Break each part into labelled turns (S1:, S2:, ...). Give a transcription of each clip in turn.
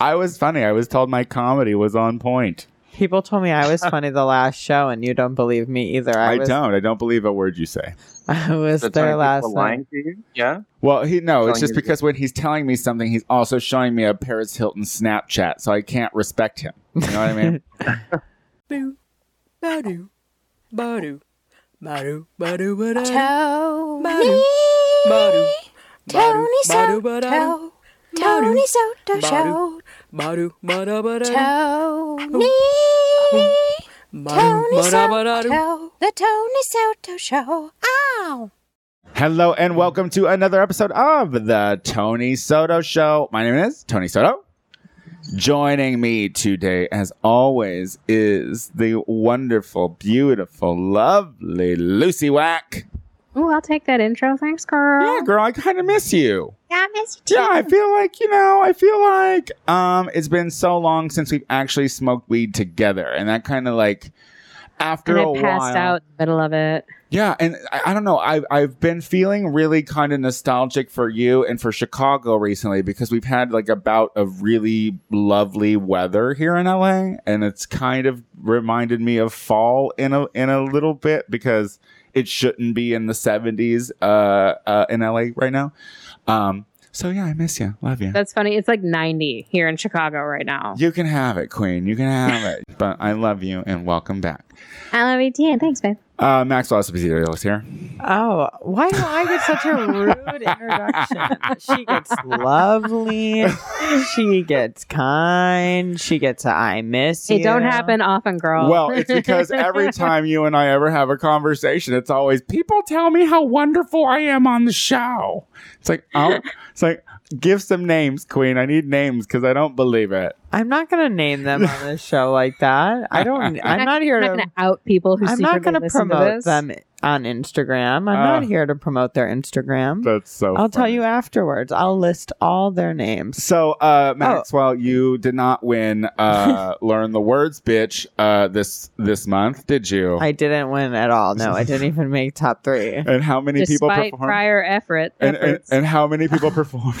S1: I was funny. I was told my comedy was on point.
S2: People told me I was funny the last show, and you don't believe me either. I,
S1: I
S2: was,
S1: don't. I don't believe a word you say.
S2: I was
S3: So telling
S2: there
S3: people
S2: last night.
S3: lying to you? Yeah.
S1: Well, he no.
S3: Telling
S1: It's
S3: you
S1: just
S3: to
S1: because when he's telling me something, he's also showing me a Paris Hilton Snapchat, so I can't respect him. You know what I mean?
S4: Boo. Badu. Badu. Badu. Badu. Badu.
S5: Tony,
S4: Badu.
S5: Tony
S4: Badu.
S5: Soto, Tony Soto Show,
S4: Badu. Badu. Badu.
S5: Tony,
S4: Badu.
S5: Tony Soto, the Tony Soto Show. Ow!
S1: Hello and welcome to another episode of the Tony Soto Show. My name is Tony Soto. Joining me today, as always, is the wonderful, beautiful, lovely Lucy Wack.
S6: Oh, I'll take that intro. Thanks,
S1: Yeah,
S6: girl.
S1: girl, I kind of miss you.
S5: I miss you too.
S1: Yeah, I feel like you know, I feel like um, it's been so long since we've actually smoked weed together, and that kind of like after
S6: And I
S1: a
S6: passed
S1: while,
S6: out in the middle of it.
S1: yeah, and I, I don't know. I've I've been feeling really kind of nostalgic for you and for Chicago recently because we've had like a bout of really lovely weather here in LA, and it's kind of reminded me of fall in a in a little bit because it shouldn't be in the seventies uh, uh, in LA right now. Um, so yeah, I miss you, love you.
S6: That's funny. It's like 90 here in Chicago right now.
S1: you can have it, Queen. You can have it. But I love you and welcome back.
S6: I love you too. Thanks, babe.
S1: Uh, Maxwell Esposito is here.
S2: Oh, why do I get such a rude introduction? She gets lovely. She gets kind. She gets a I miss you.
S6: It don't happen often, girl.
S1: Well, it's because every time you and I ever have a conversation, it's always people tell me how wonderful I am on the show. It's like, oh, it's like, give some names, Queen. I need names because I don't believe it.
S2: I'm not gonna name them on this show like that. I don't. I'm not here
S6: I'm
S2: to.
S6: not gonna out people who
S2: I'm not
S6: secretly
S2: gonna
S6: listen to
S2: promote
S6: this.
S2: them on Instagram. I'm not
S1: Uh,
S2: here to promote their Instagram.
S1: That's so.
S2: I'll tell
S1: funny.
S2: you afterwards. I'll list all their names.
S1: So,
S6: Oh.
S1: uh, Maxwell, you did not win. Uh, learn the words, bitch. Uh, this this month, did you?
S2: I didn't win at all. No, I didn't even make top three.
S1: and how many people
S6: Despite
S1: performed?
S6: prior effort,
S1: and, and,
S6: efforts.
S1: and how many people performed?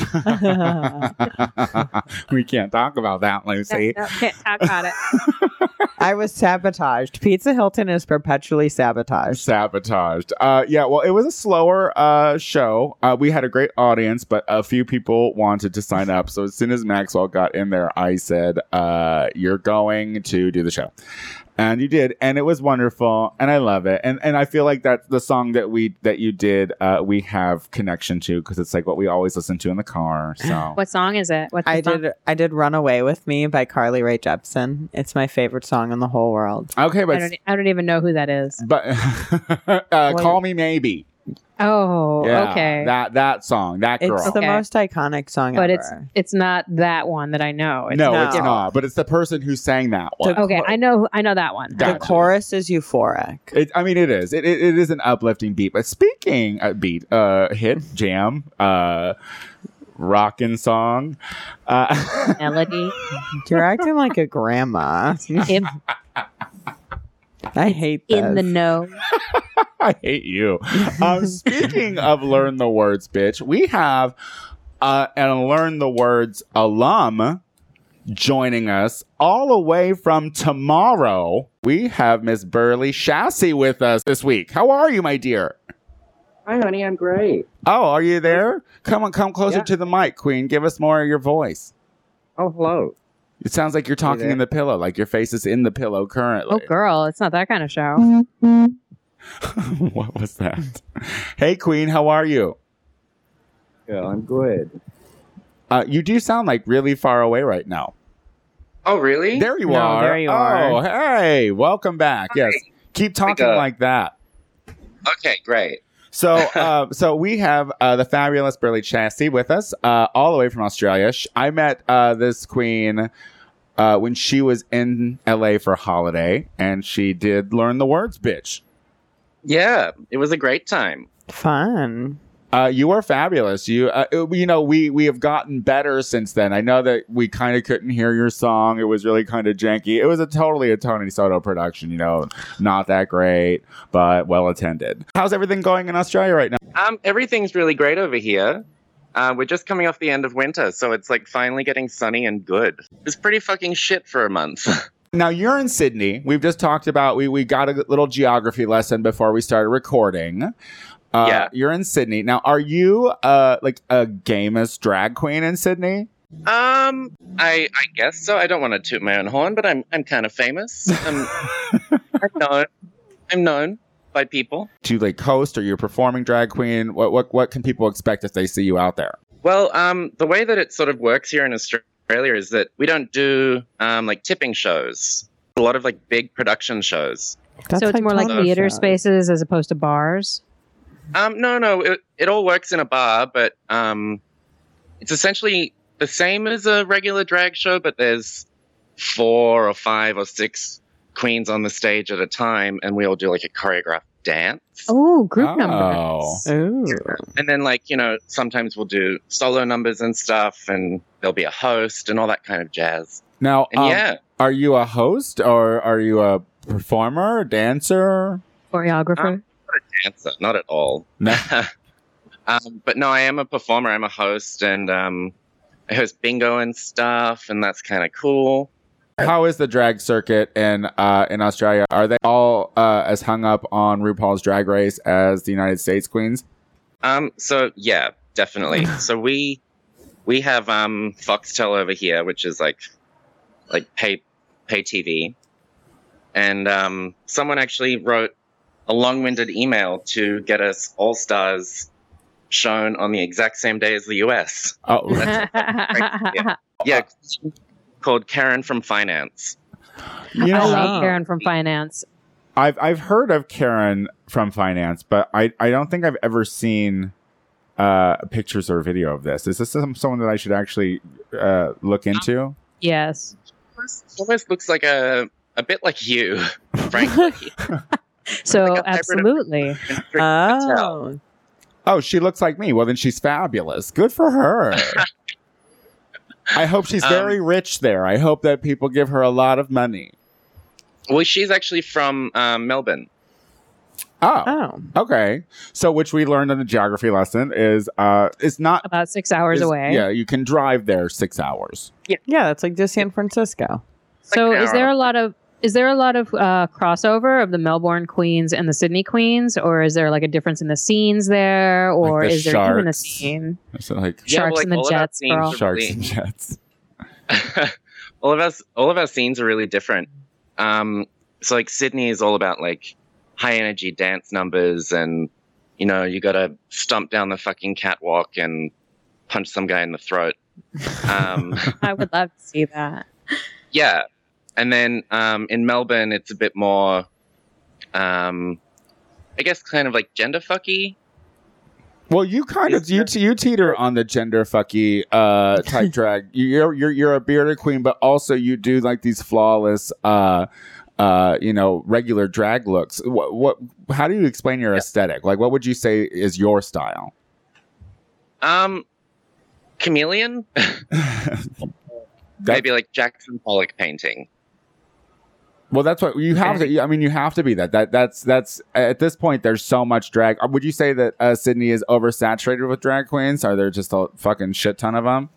S1: we can't talk about that, Lucy.
S6: No, no, can't talk about it.
S2: I was sabotaged. Pizza Hilton is perpetually sabotaged.
S1: sabotaged. Uh, yeah, well, it was a slower uh, show. Uh, we had a great audience, but a few people wanted to sign up. So as soon as Maxwell got in there, I said, uh, "You're going to do the show." And you did, and it was wonderful, and I love it, and and I feel like that's the song that we that you did, uh, we have connection to because it's like what we always listen to in the car. So
S6: What song is it? What's the
S2: I
S6: song?
S2: did. I did. Run away with me by Carly Rae Jepsen. It's my favorite song in the whole world.
S1: okay,
S6: I
S1: but
S6: don't, e, I don't even know who that is.
S1: but uh, call me maybe.
S6: Oh,
S1: Yeah,
S6: okay.
S1: That that song, that
S2: It's
S1: girl.
S2: the
S6: Okay.
S2: most iconic song
S6: but
S2: ever.
S6: it's it's not that one that I know. It's
S1: no,
S2: not.
S1: it's not. But it's the person who sang that one.
S2: The-
S6: Okay, I know I know that one.
S1: Got
S2: the
S1: Gotcha.
S2: chorus is euphoric.
S1: It, I mean, it is. It, it, it is an uplifting beat. But speaking of beat, uh, hit, jam, uh, rockin' song. Uh,
S6: Melody.
S2: You're acting like a grandma.
S6: Im-
S2: I hate this.
S6: in the know.
S1: I hate you. Um, speaking of learn the words, bitch, we have uh, an learn the words alum joining us all the way from tomorrow. We have Miss Burley Chassis with us this week. How are you, my dear?
S3: Hi, honey. I'm great.
S1: Oh, are you there? Come on, come closer
S3: Yeah.
S1: to the mic, Queen. Give us more of your voice.
S3: Oh, hello.
S1: It sounds like you're talking
S3: there?
S1: in the pillow, like your face is in the pillow
S6: Oh,
S1: currently.
S6: girl, it's not that kind of show.
S1: what was that? hey, Queen, how are you?
S3: Yeah, I'm good.
S1: Uh, you do sound like really far away right now.
S3: Oh, really?
S1: There you
S2: No,
S1: are.
S2: there you
S1: oh,
S2: are.
S1: hey, welcome back. Yes, keep talking
S3: up.
S1: like that.
S3: Okay, great.
S1: So, uh, so we have uh, the fabulous Burley Chassis with us, uh, all the way from Australia. Sh- I met uh, this queen uh, when she was in LA for a holiday, and she did learn the words, bitch.
S3: Yeah, it was a great time.
S2: fun.
S1: Uh, you are fabulous. You, uh, it- you know, we we have gotten better since then. I know that we kind of couldn't hear your song. It was really kind of janky. It was a totally a Tony Soto production. You know, not that great, but well attended. How's everything going in Australia right now?
S3: Um, everything's really great over here. Uh, we're just coming off the end of winter, so it's like finally getting sunny and good. It's pretty fucking shit for a month.
S1: Now you're in Sydney. We've just talked about we we got a little geography lesson before we started recording. Uh,
S3: Yeah.
S1: you're in Sydney now. Are you uh like a gamest drag queen in Sydney?
S3: um, I I guess so. I don't want to toot my own horn, but I'm I'm kind of famous. I'm, I'm known. I'm known by people.
S1: Do you like host? Are you a performing drag queen? What what what can people expect if they see you out there?
S3: Well, um, the way that it sort of works here in Australia is that we don't do um, like tipping shows. A lot of like big production shows.
S6: so it's more like
S2: television.
S6: theater spaces as opposed to bars.
S3: Um, no, no, it, it all works in a bar, but um, it's essentially the same as a regular drag show, but there's four or five or six queens on the stage at a time, and we all do like a choreographed dance.
S6: Oh, group
S1: Oh.
S6: numbers.
S2: Ooh.
S3: And then, like, you know, sometimes we'll do solo numbers and stuff, and there'll be a host and all that kind of jazz.
S1: Now,
S3: And
S1: um,
S3: yeah,
S1: are you a host or are you a performer, dancer?
S6: Choreographer.
S3: Oh, dancer, not at all.
S1: No.
S3: um, but no, I am a performer. I'm a host, and um, I host bingo and stuff, and that's kind of cool.
S1: How is the drag circuit in uh, in Australia? Are they all uh, as hung up on RuPaul's Drag Race as the United States queens?
S3: Um, so yeah, definitely. so we we have um, Foxtel over here, which is like like pay pay TV, and um, someone actually wrote a long-winded email to get us all stars shown on the exact same day as the US.
S1: Oh,
S3: Yeah, called Karen from Finance.
S1: you
S6: I
S1: know,
S6: love Karen from finance.
S1: I've I've heard of Karen from finance, but I, I don't think I've ever seen uh, pictures or video of this. Is this some, someone that I should actually uh, look into?
S6: Yes.
S3: Almost, almost looks like a a bit like you, frankly.
S6: So
S3: Like a hybrid of-
S6: absolutely.
S2: Oh.
S1: Oh, she looks like me. Well, then she's fabulous. Good for her. I hope she's
S3: Um,
S1: very rich there. I hope that people give her a lot of money.
S3: well, she's actually from um, Melbourne.
S1: Oh,
S2: Oh.
S1: okay. So, which we learned in the geography lesson is uh, it's not
S6: About six hours
S1: is-
S6: away.
S1: Yeah, you can drive there six hours.
S2: Yeah, that's like just San Francisco.
S6: So
S3: Like an
S6: is there
S3: hour.
S6: a lot of is there a lot of uh, crossover of the Melbourne Queens and the Sydney Queens, or is there like a difference in the scenes there, or
S1: the
S6: is there even a
S1: sharks.
S6: scene?
S1: So, like
S3: Yeah, well,
S6: Sharks
S3: like,
S6: and the
S3: all of our
S6: Jets,
S3: scenes
S6: girl.
S3: are
S1: sharks
S3: really-
S1: and jets.
S3: all of us all of our scenes are really different um so like sydney is all about like high energy dance numbers and you know you gotta stomp down the fucking catwalk and punch some guy in the throat um
S6: I would love to see that.
S3: yeah and then um in melbourne it's a bit more um i guess kind of like gender fucky
S1: Well, you kind of
S3: Is
S1: you te- you teeter on the gender fucky uh, type drag. You- You're you're you're a bearded queen, but also you do like these flawless, uh, uh, you know, regular drag looks. What what? How do you explain your aesthetic? Like, what would you say is your style?
S3: um chameleon maybe like jackson pollock painting
S1: Well, that's what you have to. I mean, you have to be that. That that's that's at this point. There's so much drag. Uh, Would you say that uh, Sydney is oversaturated with drag queens? Are there just a fucking shit ton of them?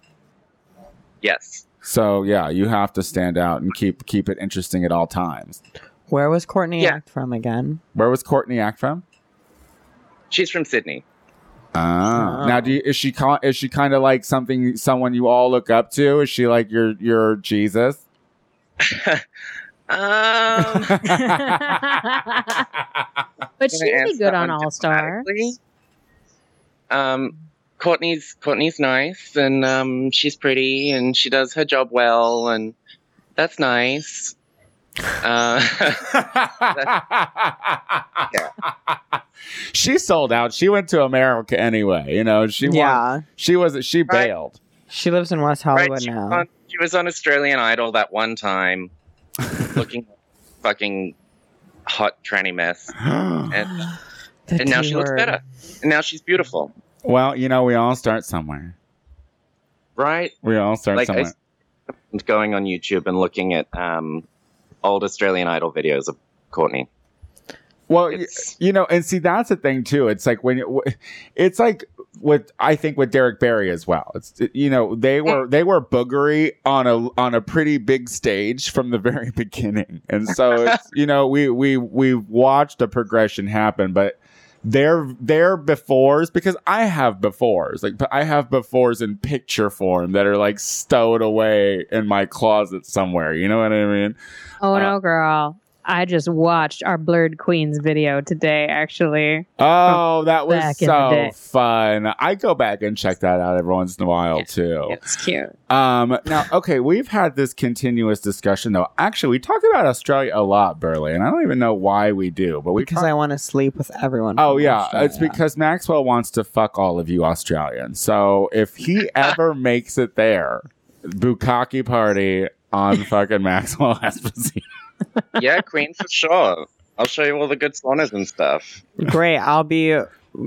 S3: yes
S1: So yeah, you have to stand out and keep keep it interesting at all times.
S2: Where was Courtney
S3: Yeah.
S2: Act from again?
S1: Where was Courtney Act from?
S3: she's from sydney
S1: Ah.
S2: Oh.
S1: Now, do you, is she con- is she kind of like something someone you all look up to? Is she like your your Jesus?
S3: um
S6: but
S3: Gonna
S6: she'd be
S3: answer
S6: good
S3: that
S6: on
S3: one
S6: All Star.
S3: diplomatically. Um, Courtney's Courtney's nice, and um, she's pretty, and she does her job well, and that's nice. Uh,
S1: she sold out. She went to America anyway. You know, she yeah.
S2: yeah.
S1: She was she
S3: Right.
S1: bailed.
S2: She lives in West Hollywood
S3: right, she,
S2: now.
S3: was on, she was on Australian Idol that one time, looking fucking hot tranny mess, and,
S2: The
S3: and now she looks
S2: T-word.
S3: better, and now she's beautiful,
S1: well, you know, we all start somewhere.
S3: right?
S1: We all start
S3: Like I
S1: somewhere.
S3: s- going on YouTube and looking at um, old Australian Idol videos of Courtney.
S1: well, y-
S3: It's
S1: you know, and see that's the thing too. It's like when you- it's like with I think with Derek Barry as well. It's you know they were they were boogery on a on a pretty big stage from the very beginning, and so it's, you know we we we watched a progression happen, but their their befores because I have befores like but I have befores in picture form that are like stowed away in my closet somewhere. You know what I mean?
S6: Oh no, girl. I just watched our Blurred Queens video today, actually.
S1: Oh, that was
S6: back in the
S1: so
S6: day.
S1: fun. I go back and check that out every once in a while too.
S6: It's cute.
S1: Um, now, okay, we've had this continuous discussion though. Actually, we talked about Australia a lot, Burley, and I don't even know why we do, but we
S2: because
S1: talk-
S2: I want to sleep with everyone.
S1: Oh
S2: from
S1: yeah,
S2: Australia.
S1: it's because Maxwell wants to fuck all of you Australians. So if he ever makes it there, bukkake party on fucking Maxwell Esposito.
S3: yeah, Queen for sure. I'll show you all the good saunas and stuff.
S2: great. I'll be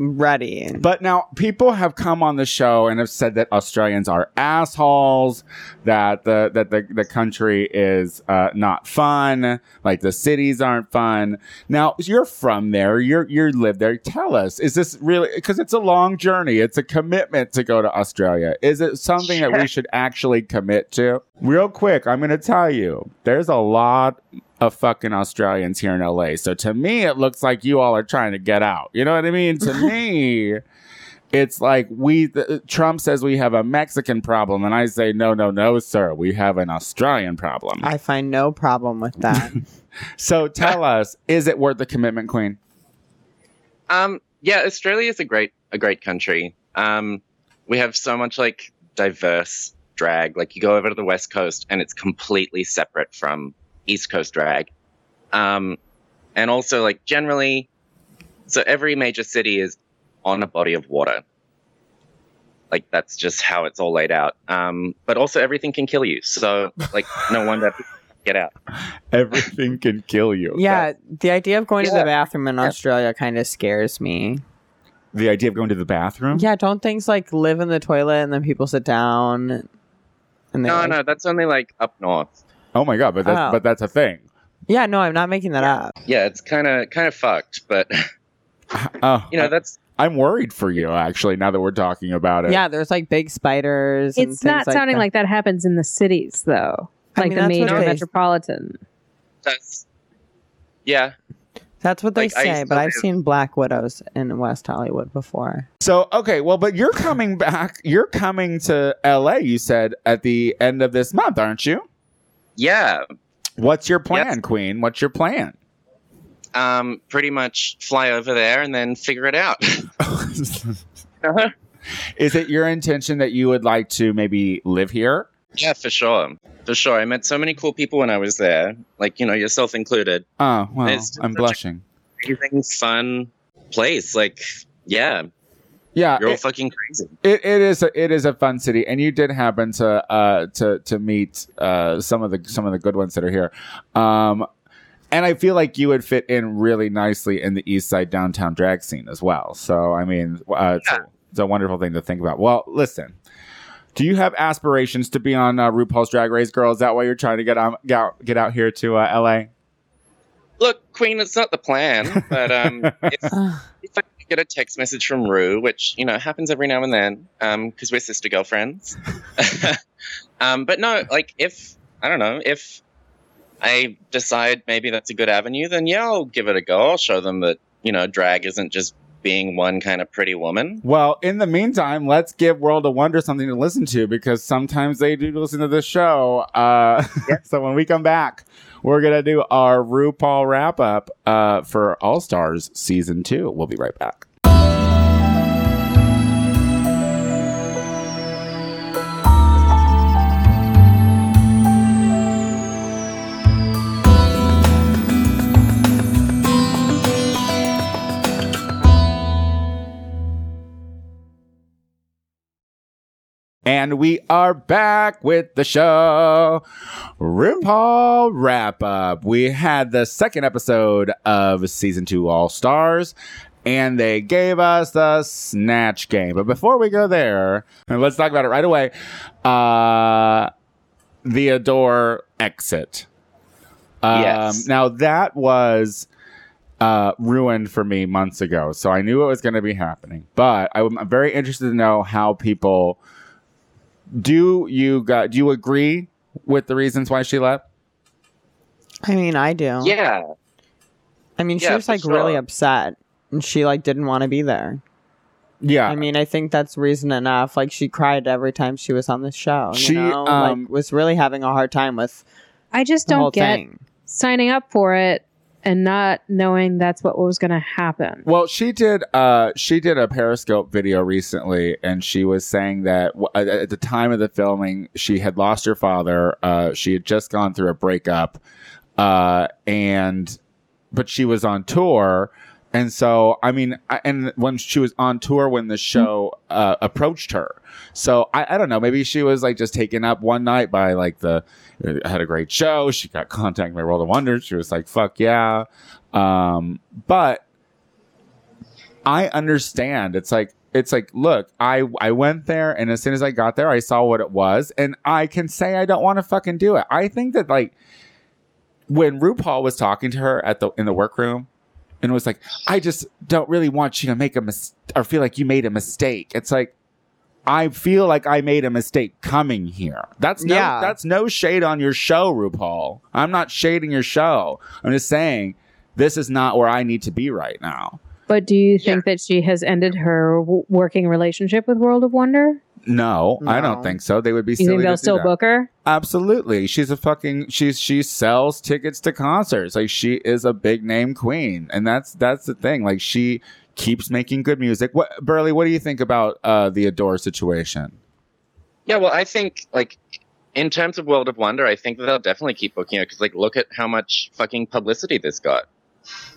S2: ready.
S1: But now people have come on the show and have said that Australians are assholes, that the that the, the country is uh, not fun, like the cities aren't fun. Now you're from there, you're you live there. Tell us, is this really because it's a long journey, it's a commitment to go to Australia. Is it something that we should actually commit to? Real quick, I'm gonna tell you, there's a lot of fucking Australians here in LA. So to me, it looks like you all are trying to get out. You know what I mean? To me, it's like we, th- Trump says we have a Mexican problem. And I say, no, no, no, sir. We have an Australian problem.
S2: I find no problem with that.
S1: so tell us, is it worth the commitment, Queen?
S3: Um, yeah, Australia is a great a great country. Um, we have so much like diverse drag. Like you go over to the West Coast and it's completely separate from East Coast drag. Um, and also like generally, so every major city is on a body of water. Like that's just how it's all laid out. Um, but also everything can kill you. So like no wonder get out.
S1: Everything can kill you.
S2: yeah, the idea of going to
S3: Yeah.
S2: the bathroom in Australia kind of scares me.
S1: The idea of going to the bathroom?
S2: Yeah, don't things like live in the toilet and then people sit down and they
S3: No,
S2: like-
S3: no, that's only like up north.
S1: Oh my God. But that's,
S2: Oh.
S1: but that's a thing.
S2: Yeah, no, I'm not making that up.
S3: Yeah, it's kind of kind of fucked, but
S1: Oh,
S3: you know that's
S1: I'm worried for you, actually, now that we're talking about it.
S2: Yeah, there's like big spiders. and
S6: It's
S2: things
S6: not sounding like that happens in the cities, though.
S2: I
S6: Like
S2: mean,
S6: the
S2: that's what
S6: major
S2: they-
S6: metropolitan.
S3: That's yeah.
S2: That's what they
S3: Like, I
S2: say,
S3: used
S2: but
S3: to
S2: I've
S3: live-
S2: seen black widows in West Hollywood before.
S1: So okay, well, but you're coming back. You're coming to LA. You said at the end of this month, aren't you?
S3: Yeah.
S1: What's your plan,
S3: Yes.
S1: Queen? What's your plan?
S3: Um pretty much fly over there and then figure it out.
S1: Is it your intention that you would like to maybe live here?
S3: yeah, for sure. For sure. I met so many cool people when I was there. Like, you know, yourself included.
S1: Oh well,
S3: It's just
S1: I'm
S3: such a-
S1: blushing.
S3: Amazing fun place. Like, yeah.
S1: Yeah,
S3: You're all
S1: it-
S3: fucking crazy.
S1: It, it is a, it is a fun city, and you did happen to uh to to meet uh some of the some of the good ones that are here, um, and I feel like you would fit in really nicely in the East Side downtown drag scene as well. So I mean, uh, it's, a, it's a wonderful thing to think about. Well, listen, do you have aspirations to be on uh, RuPaul's Drag Race, girl? Is that why you're trying to get on get out, get out here to uh, L.A.?
S3: Look, Queen, it's not the plan, but um if,
S2: Ugh.
S3: if I get a text message from Rue, which, you know, happens every now and then, um, because we're sister girlfriends. um, but no, like if I don't know, if I decide maybe that's a good avenue, then yeah, I'll give it a go. I'll show them that, you know, drag isn't just being one kind of pretty woman.
S1: Well, in the meantime, let's give World of Wonder something to listen to because sometimes they do listen to the show. Uh, so when we come back, we're going to do our RuPaul wrap up uh, for All Stars season two. We'll be right back. And we are back with the show. RuPaul wrap up. We had the second episode of season two All Stars, and they gave us the Snatch Game. But before we go there, and let's talk about it right away. Uh, the Adore exit. Um,
S3: Yes.
S1: Now that was uh, ruined for me months ago. So I knew it was going to be happening. But I'm I'm very interested to know how people do you got do you agree with the reasons why she left?
S2: I mean, I do.
S3: Yeah.
S2: I mean, she
S3: Yeah,
S2: was
S3: for
S2: like really
S3: sure.
S2: upset and she like didn't want to be there.
S1: Yeah.
S2: I mean, I think that's reason enough. Like she cried every time she was on the show. You
S1: She,
S2: know?
S1: um,
S2: like was really having a hard time with
S6: I just
S2: the whole
S6: don't get
S2: thing.
S6: signing up for it and not knowing that's what was going to happen.
S1: Well, she did. Uh, she did a Periscope video recently, and she was saying that w- at- at the time of the filming, she had lost her father. Uh, she had just gone through a breakup, uh, and but she was on tour, and so I mean, I, and when she was on tour, when the show uh, approached her, so I, I don't know. Maybe she was like just taken up one night by like the I had a great show. She got contacted by World of Wonders. She was like, "Fuck yeah!" Um, but I understand. It's like it's like look, I I went there and as soon as I got there, I saw what it was and I can say I don't want to fucking do it. I think that like when RuPaul was talking to her at the in the workroom and was like, "I just don't really want you to make a mis- or feel like you made a mistake." It's like I feel like I made a mistake coming here. That's no
S2: Yeah.
S1: that's no shade on your show, RuPaul. I'm not shading your show. I'm just saying this is not where I need to be right now.
S6: But do you think that she has ended her w- working relationship with World of Wonder?
S1: No, I
S2: No.
S1: don't think so. They would be
S6: You
S1: silly
S6: think
S1: to
S6: they'll
S1: do
S6: still
S1: that.
S6: book her?
S1: Absolutely. She's a fucking she's she sells tickets to concerts. Like she is a big name queen. And that's that's the thing. Like she keeps making good music. What Burley, what do you think about uh the Adore situation?
S3: Yeah, well, I think like in terms of World of Wonder, I think that they'll definitely keep booking it because like look at how much fucking publicity this got.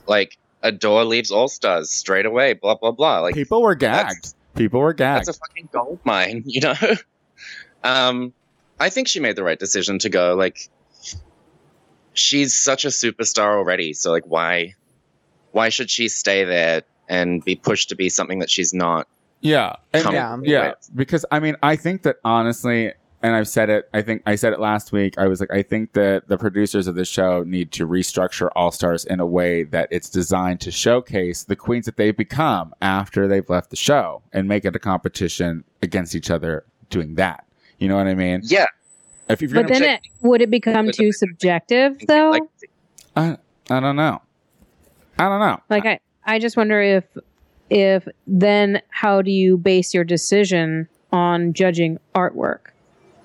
S3: Like Adore leaves All Stars straight away, blah blah blah. Like
S1: People were gagged.
S3: that's-
S1: People were gagged.
S3: that's a fucking gold mine, you know. um, I think she made the right decision to go. Like she's such a superstar already, so like why, why should she stay there and be pushed to be something that she's not?
S1: yeah. And-
S3: comfortable
S2: yeah.
S3: with?
S1: yeah because i mean i think that honestly and i've said it i think i said it last week i was like i think that the producers of the show need to restructure all stars in a way that it's designed to showcase the queens that they've become after they've left the show and make it a competition against each other doing that you know what i mean
S3: Yeah,
S1: if you're
S6: But
S1: gonna,
S6: then it, would it become
S3: But
S6: too subjective though?
S3: like
S1: i don't know i don't know
S6: like I, I just wonder if if then how do you base your decision on judging artwork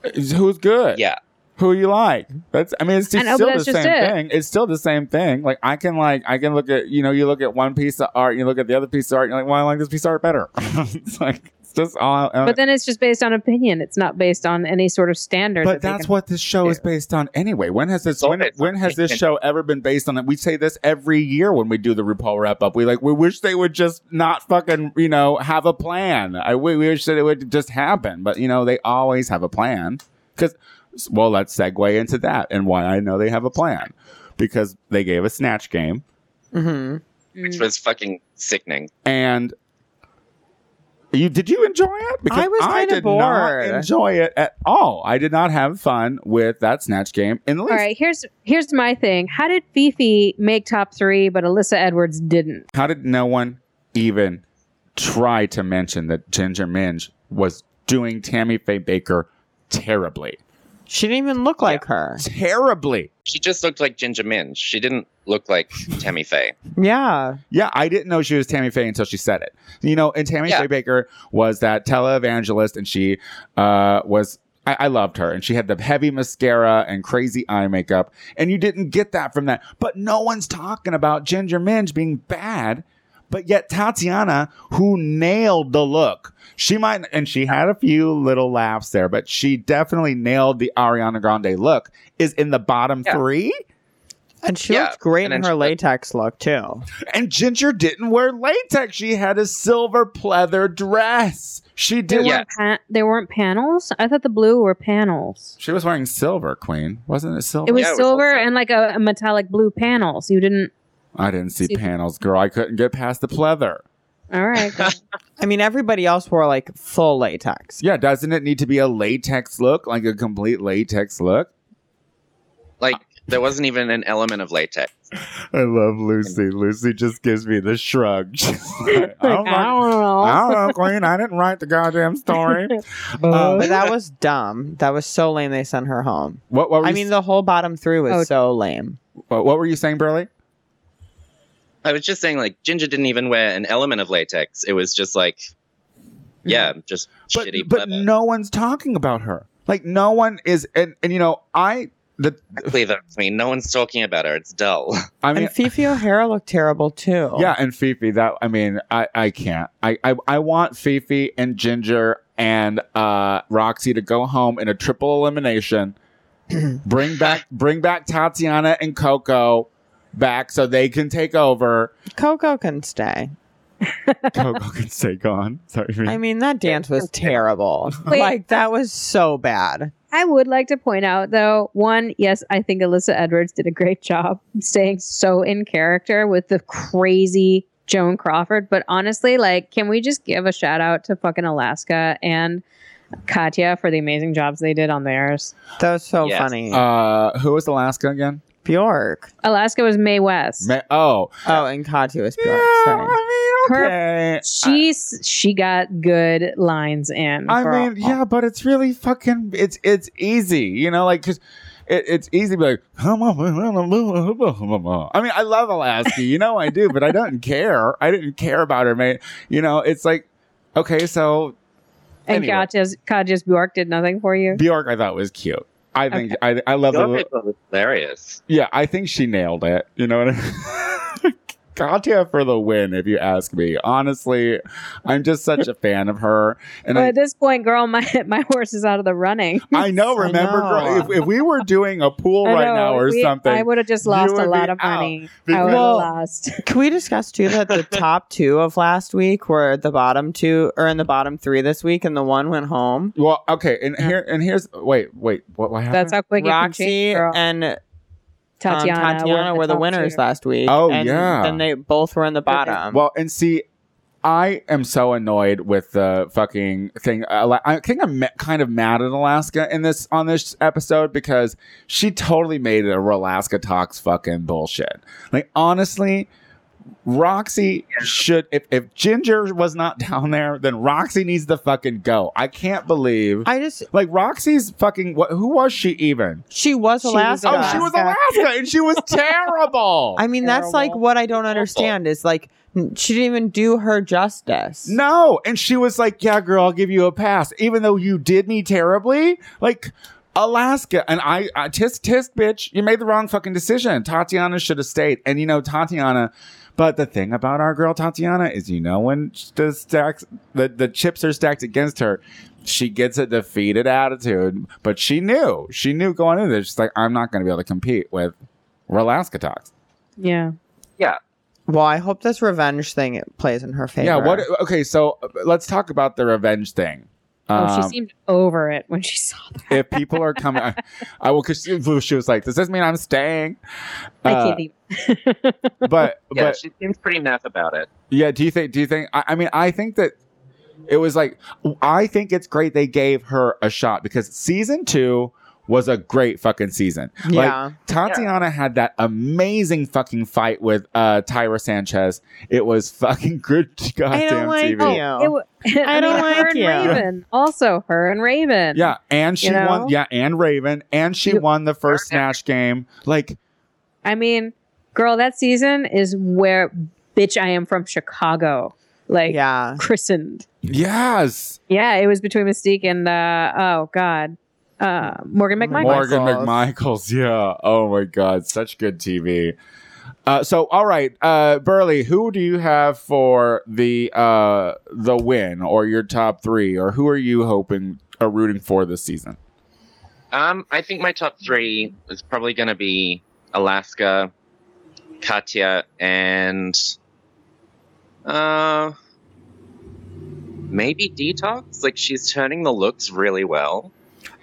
S1: It's who's good
S3: yeah.
S1: who you like. That's I mean it's
S6: I know,
S1: still the
S6: but that's just
S1: same
S6: it.
S1: thing. It's still the same thing. Like I can like I can look at you know you look at one piece of art, you look at the other piece of art, and you're like, well, I like this piece of art better. it's like it's just all.
S6: but then it's just based on opinion it's not based on any sort of standard
S1: but
S6: that they
S1: that's
S6: can-
S1: what this show is based on anyway. When has this
S3: It's all
S1: when,
S3: based on
S1: when has this show ever been based on it? We say this every year when we do the RuPaul wrap up. We like we wish they would just not fucking you know have a plan. I we we wish that it would just happen, but you know they always have a plan. Because well, let's segue into that and why I know they have a plan because they gave a snatch game
S2: hmm
S6: Mm.
S3: which was fucking sickening.
S1: and. You did you enjoy it? Because
S2: I was kinda
S1: did not
S2: bored.
S1: enjoy it at all. I did not have fun with that snatch game in the least.
S6: all right here's here's my thing how did fifi make top three but alyssa edwards didn't
S1: How did no one even try to mention that Ginger Minge was doing Tammy Faye Baker terribly?
S2: She didn't even look like her.
S1: Terribly.
S3: She just looked like Ginger Minj. She didn't look like Tammy Faye.
S2: Yeah.
S1: Yeah, I didn't know she was Tammy Faye until she said it. You know, and Tammy
S3: Yeah.
S1: Faye Baker was that televangelist, and she uh, was. I, I loved her, and she had the heavy mascara and crazy eye makeup, and you didn't get that from that. But no one's talking about Ginger Minge being bad, but yet Tatiana, who nailed the look, she might, and she had a few little laughs there, but she definitely nailed the Ariana Grande look. Is in the bottom
S3: Yeah.
S1: three,
S2: And she
S3: Yeah,
S2: looked great
S3: and
S2: in
S3: then
S2: her
S3: she-
S2: latex look too.
S1: And Ginger didn't wear latex. She had a silver pleather dress. She
S6: there
S1: did.
S3: Yeah.
S6: weren't pa- there weren't panels i thought the blue were panels
S1: She was wearing silver, Queen. Wasn't it silver?
S6: it was
S3: Yeah, it was
S6: silver
S3: also-
S6: and like a, a metallic blue panels you didn't
S1: I didn't see
S6: See-
S1: panels, girl. I couldn't get past the pleather.
S6: all right go.
S2: I mean, everybody else wore like full latex.
S1: Yeah, doesn't it need to be a latex look, like a complete latex look?
S3: Like there wasn't even an element of latex.
S1: I love Lucy. Lucy just gives me the shrug. She's like, I, don't
S6: Like, I
S1: know.
S6: don't know.
S1: I don't know, Queen. I didn't write the goddamn story.
S2: Oh,
S1: Um,
S2: but that was dumb. That was so lame. They sent her home.
S1: what, what, were
S2: I
S1: you,
S2: mean, the whole bottom three was
S6: Oh.
S2: so lame.
S1: what, what were you saying, Burley?
S3: I was just saying, like, Ginger didn't even wear an element of latex. It was just like, yeah, just
S1: But,
S3: shitty.
S1: but
S3: leather.
S1: no one's talking about her. Like, no one is. And, and you know, I. The,
S3: Exactly, though. I mean, no one's talking about her. It's dull.
S1: I mean,
S2: and Fifi O'Hara looked terrible too.
S1: Yeah, and Fifi. That I mean, I I can't. I I, I want Fifi and Ginger and uh, Roxy to go home in a triple elimination. bring back bring back Tatiana and Coco back so they can take over.
S2: Coco can stay.
S1: Coco can stay gone. Sorry.
S2: I mean, that dance was terrible.
S6: Wait.
S2: Like that was so bad.
S6: I would like to point out, though, one, yes, I think Alyssa Edwards did a great job staying so in character with the crazy Joan Crawford. But honestly, like, can we just give a shout out to fucking Alaska and Katya for the amazing jobs they did on theirs?
S2: That was so
S3: Yes.
S2: funny.
S1: uh, who was Alaska again?
S2: Bjork.
S6: Alaska was Mae West.
S1: Ma- oh,
S2: Oh, and Katya was
S1: yeah.
S2: Bjork. Sorry.
S1: I mean,
S6: Her-
S1: okay.
S6: She's she got good lines in.
S1: I
S6: girl.
S1: mean, yeah, but it's really fucking. It's it's easy, you know, like because it, it's easy to be like. I mean, I love Alaska, you know, I do, but I don't care. I didn't care about her, mate. You know, it's like, okay, so
S6: and
S1: anyway.
S6: Katya's, Katya's Bjork did nothing for you.
S1: Bjork, I thought was cute. I think I I love
S3: Your
S1: the
S3: people are hilarious.
S1: yeah. I think she nailed it. You know what I mean. Katya for the win, if you ask me. Honestly, I'm just such a fan of her, and
S6: Well,
S1: I,
S6: at this point, girl, my my horse is out of the running.
S1: I know.
S2: I
S1: Remember,
S2: know.
S1: girl, if, if we were doing a pool
S6: I
S1: right
S6: know,
S1: now or
S6: we-
S1: something,
S6: I would have just
S1: you
S6: lost
S1: would
S6: a
S1: be
S6: lot of
S1: out.
S6: money. I
S1: Because-
S6: would have
S2: Well-
S6: lost.
S2: Can we discuss too that the top two of last week were the bottom two or in the bottom three this week, and the one went home.
S1: Well, okay, and here and here's wait, wait, what, what happened?
S6: That's how quick it can
S2: Roxy
S6: change, girl.
S2: and um,
S6: Tatiana,
S2: Tatiana were the
S6: top
S2: winners
S6: two.
S2: last week.
S1: Oh,
S2: and
S1: yeah.
S2: Then they both were in the bottom.
S1: well, and see, I am so annoyed with the fucking thing. Ala- I think I'm ma- kind of mad at Alaska in this on this episode because she totally made it a Alaska talks fucking bullshit. Like honestly. Roxy should if, if Ginger was not down there, then Roxy needs to fucking go. I can't believe
S2: I just
S1: like Roxy's fucking what who was she even?
S2: she was
S6: She was
S2: Alaska.
S1: Oh, she was Alaska and she was terrible.
S2: I mean, that's like
S6: Terrible.
S2: what I don't understand is like n- she didn't even do her justice.
S1: No. And she was like, Yeah, girl, I'll give you a pass. Even though you did me terribly, like Alaska. And I, I tisk, tisk, bitch, you made the wrong fucking decision. Tatiana should have stayed. And you know, Tatiana, but the thing about our girl Tatiana is, you know, when the stacks, the, the chips are stacked against her, she gets a defeated attitude. But she knew, she knew going into this, she's like, I'm not going to be able to compete with Alaska Talks.
S6: Yeah.
S2: Well, I hope this revenge thing plays in her favor.
S1: Yeah. What? Okay. So uh, let's talk about the revenge thing.
S6: Oh, she
S1: Um,
S6: seemed over it when she saw that.
S1: if people are coming, I, I will. Because she, she was like, "Does this mean I'm staying?"
S6: I
S1: Uh,
S6: can't even.
S1: But
S3: Yeah,
S1: but
S3: she seems pretty naff about it.
S1: yeah. Do you think? Do you think? I, I mean, I think that it was like. I think it's great they gave her a shot because season two was a great fucking season. Like,
S2: Yeah.
S1: Tatiana had that amazing fucking fight with uh, Tyra Sanchez. It was fucking good goddamn
S2: like
S1: TV.
S2: you.
S6: it wa-
S2: I don't
S6: her
S2: like
S6: and
S2: you.
S6: Raven. Also, her and Raven.
S1: Yeah, and she
S6: You know?
S1: won. Yeah, and Raven, and she
S6: You-
S1: won the first snatch game. Like,
S6: I mean, girl, that season is where bitch I am from Chicago. Like
S2: yeah.
S6: christened.
S1: yes,
S6: Yeah, it was between Mystique and uh, oh god, uh, Morgan McMichael.
S1: Morgan McMichaels. Yeah. Oh my God, such good TV. Uh, so, all right, uh, Burley, who do you have for the uh, the win, or your top three, or who are you hoping or rooting for this season?
S3: Um, I think my top three is probably going to be Alaska, Katya, and uh, maybe Detox. Like she's turning the looks really well.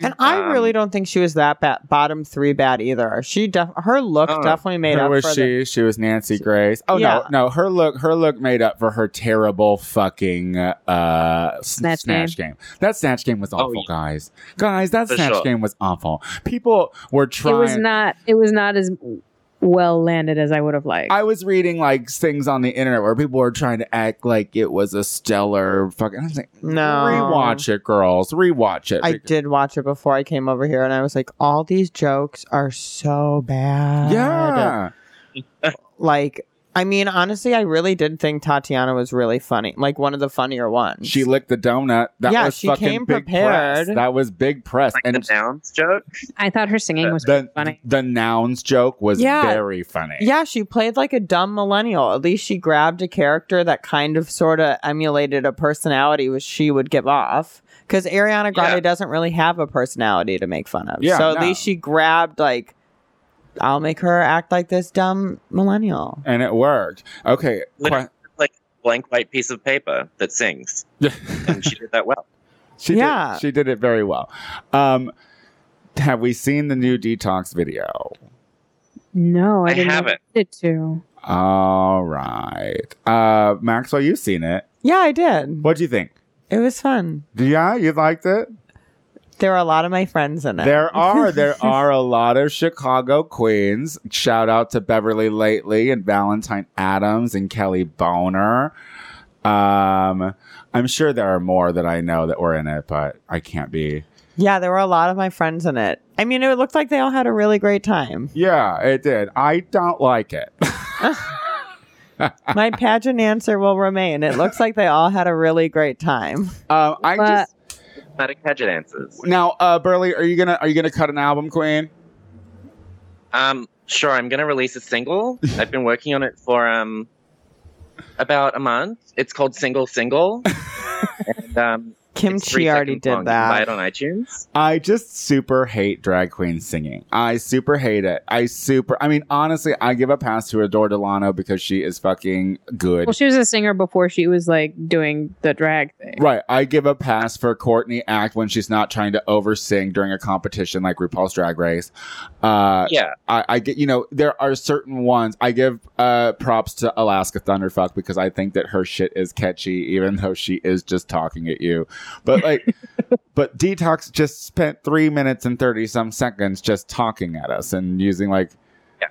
S2: And I
S3: Um,
S2: really don't think she was that bad, bottom three bad either. She def- her look
S3: Oh,
S2: definitely made
S1: Who
S2: up
S1: was
S2: for
S1: she?
S2: the-
S1: She was Nancy Grace. Oh
S2: Yeah.
S1: no, no, her look, her look made up for her terrible fucking uh, s-
S6: Snatch
S1: snatch game. That snatch game was awful,
S3: yeah.
S1: guys. Guys, that
S3: For
S1: snatch
S3: sure.
S1: game was awful. People were
S6: It
S1: trying.
S6: was not. It was not as well landed as I would have liked.
S1: I was reading like things on the internet where people were trying to act like it was a stellar fucking. I was like,
S2: No.
S1: rewatch it, girls, rewatch it.
S2: I did watch it before I came over here, and I was like, all these jokes are so bad.
S1: Yeah,
S2: Like, I mean, honestly, I really did think Tatiana was really funny. Like, one of the funnier ones.
S1: she licked the donut. That
S2: Yeah,
S1: was
S2: she
S1: fucking
S2: came
S1: big
S2: prepared.
S1: press. That was big press,
S3: Like
S1: and
S3: the downs joke.
S6: I thought her singing was
S1: the
S6: funny.
S1: the nouns joke was
S2: Yeah.
S1: very funny.
S2: Yeah, she played like a dumb millennial. At least she grabbed a character that kind of sort of emulated a personality which she would give off. Because Ariana Grande
S3: Yeah.
S2: doesn't really have a personality to make fun of.
S1: Yeah,
S2: so at
S1: no.
S2: least she grabbed like, I'll make her act like this dumb millennial.
S1: and it worked. Okay,
S3: Literally.
S1: que-
S3: Blank white piece of paper that sings, and she did that well.
S1: she
S2: Yeah.
S1: did, she did it very well. Um, have we seen the new detox video?
S6: No, I,
S3: I
S6: didn't
S3: have
S6: know
S3: it.
S6: I Did too.
S1: All right, uh, Maxwell, you've seen it.
S2: Yeah, I did.
S1: What do you think?
S2: It was fun.
S1: Yeah, you liked it.
S2: There were a lot of my friends in it.
S1: There are there are a lot of Chicago queens. Shout out to Beverly Lately and Valentine Adams and Kelly Boner. Um, I'm sure there are more that I know that were in it, but I can't be.
S2: yeah, there were a lot of my friends in it. I mean, it looked like they all had a really great time.
S1: Yeah, it did. I don't like it.
S2: My pageant answer will remain. It looks like they all had a really great time.
S1: Um, I
S6: But-
S1: just
S3: Dramatic pageant answers.
S1: now, uh, Burley, are you gonna are you gonna cut an album, Queen?
S3: Um, sure. I'm gonna release a single. I've been working on it for um about a month. It's called Single Single. and um,
S2: Kim
S3: it's three
S2: Chi already
S3: seconds
S2: did
S3: long. You can Buy
S2: that.
S3: it on iTunes.
S1: I just super hate drag queen singing. I super hate it. I super. I mean, honestly, I give a pass to Adore Delano because she is fucking good.
S6: Well, she was a singer before she was like doing the drag thing.
S1: Right. I give a pass for Courtney Act when she's not trying to oversing during a competition like RuPaul's Drag Race. Uh,
S3: Yeah.
S1: I, I get, you know, there are certain ones. I give uh, props to Alaska Thunderfuck because I think that her shit is catchy, even though she is just talking at you. But like, but Detox just spent three minutes and 30 some seconds just talking at us and using like,
S3: Yeah.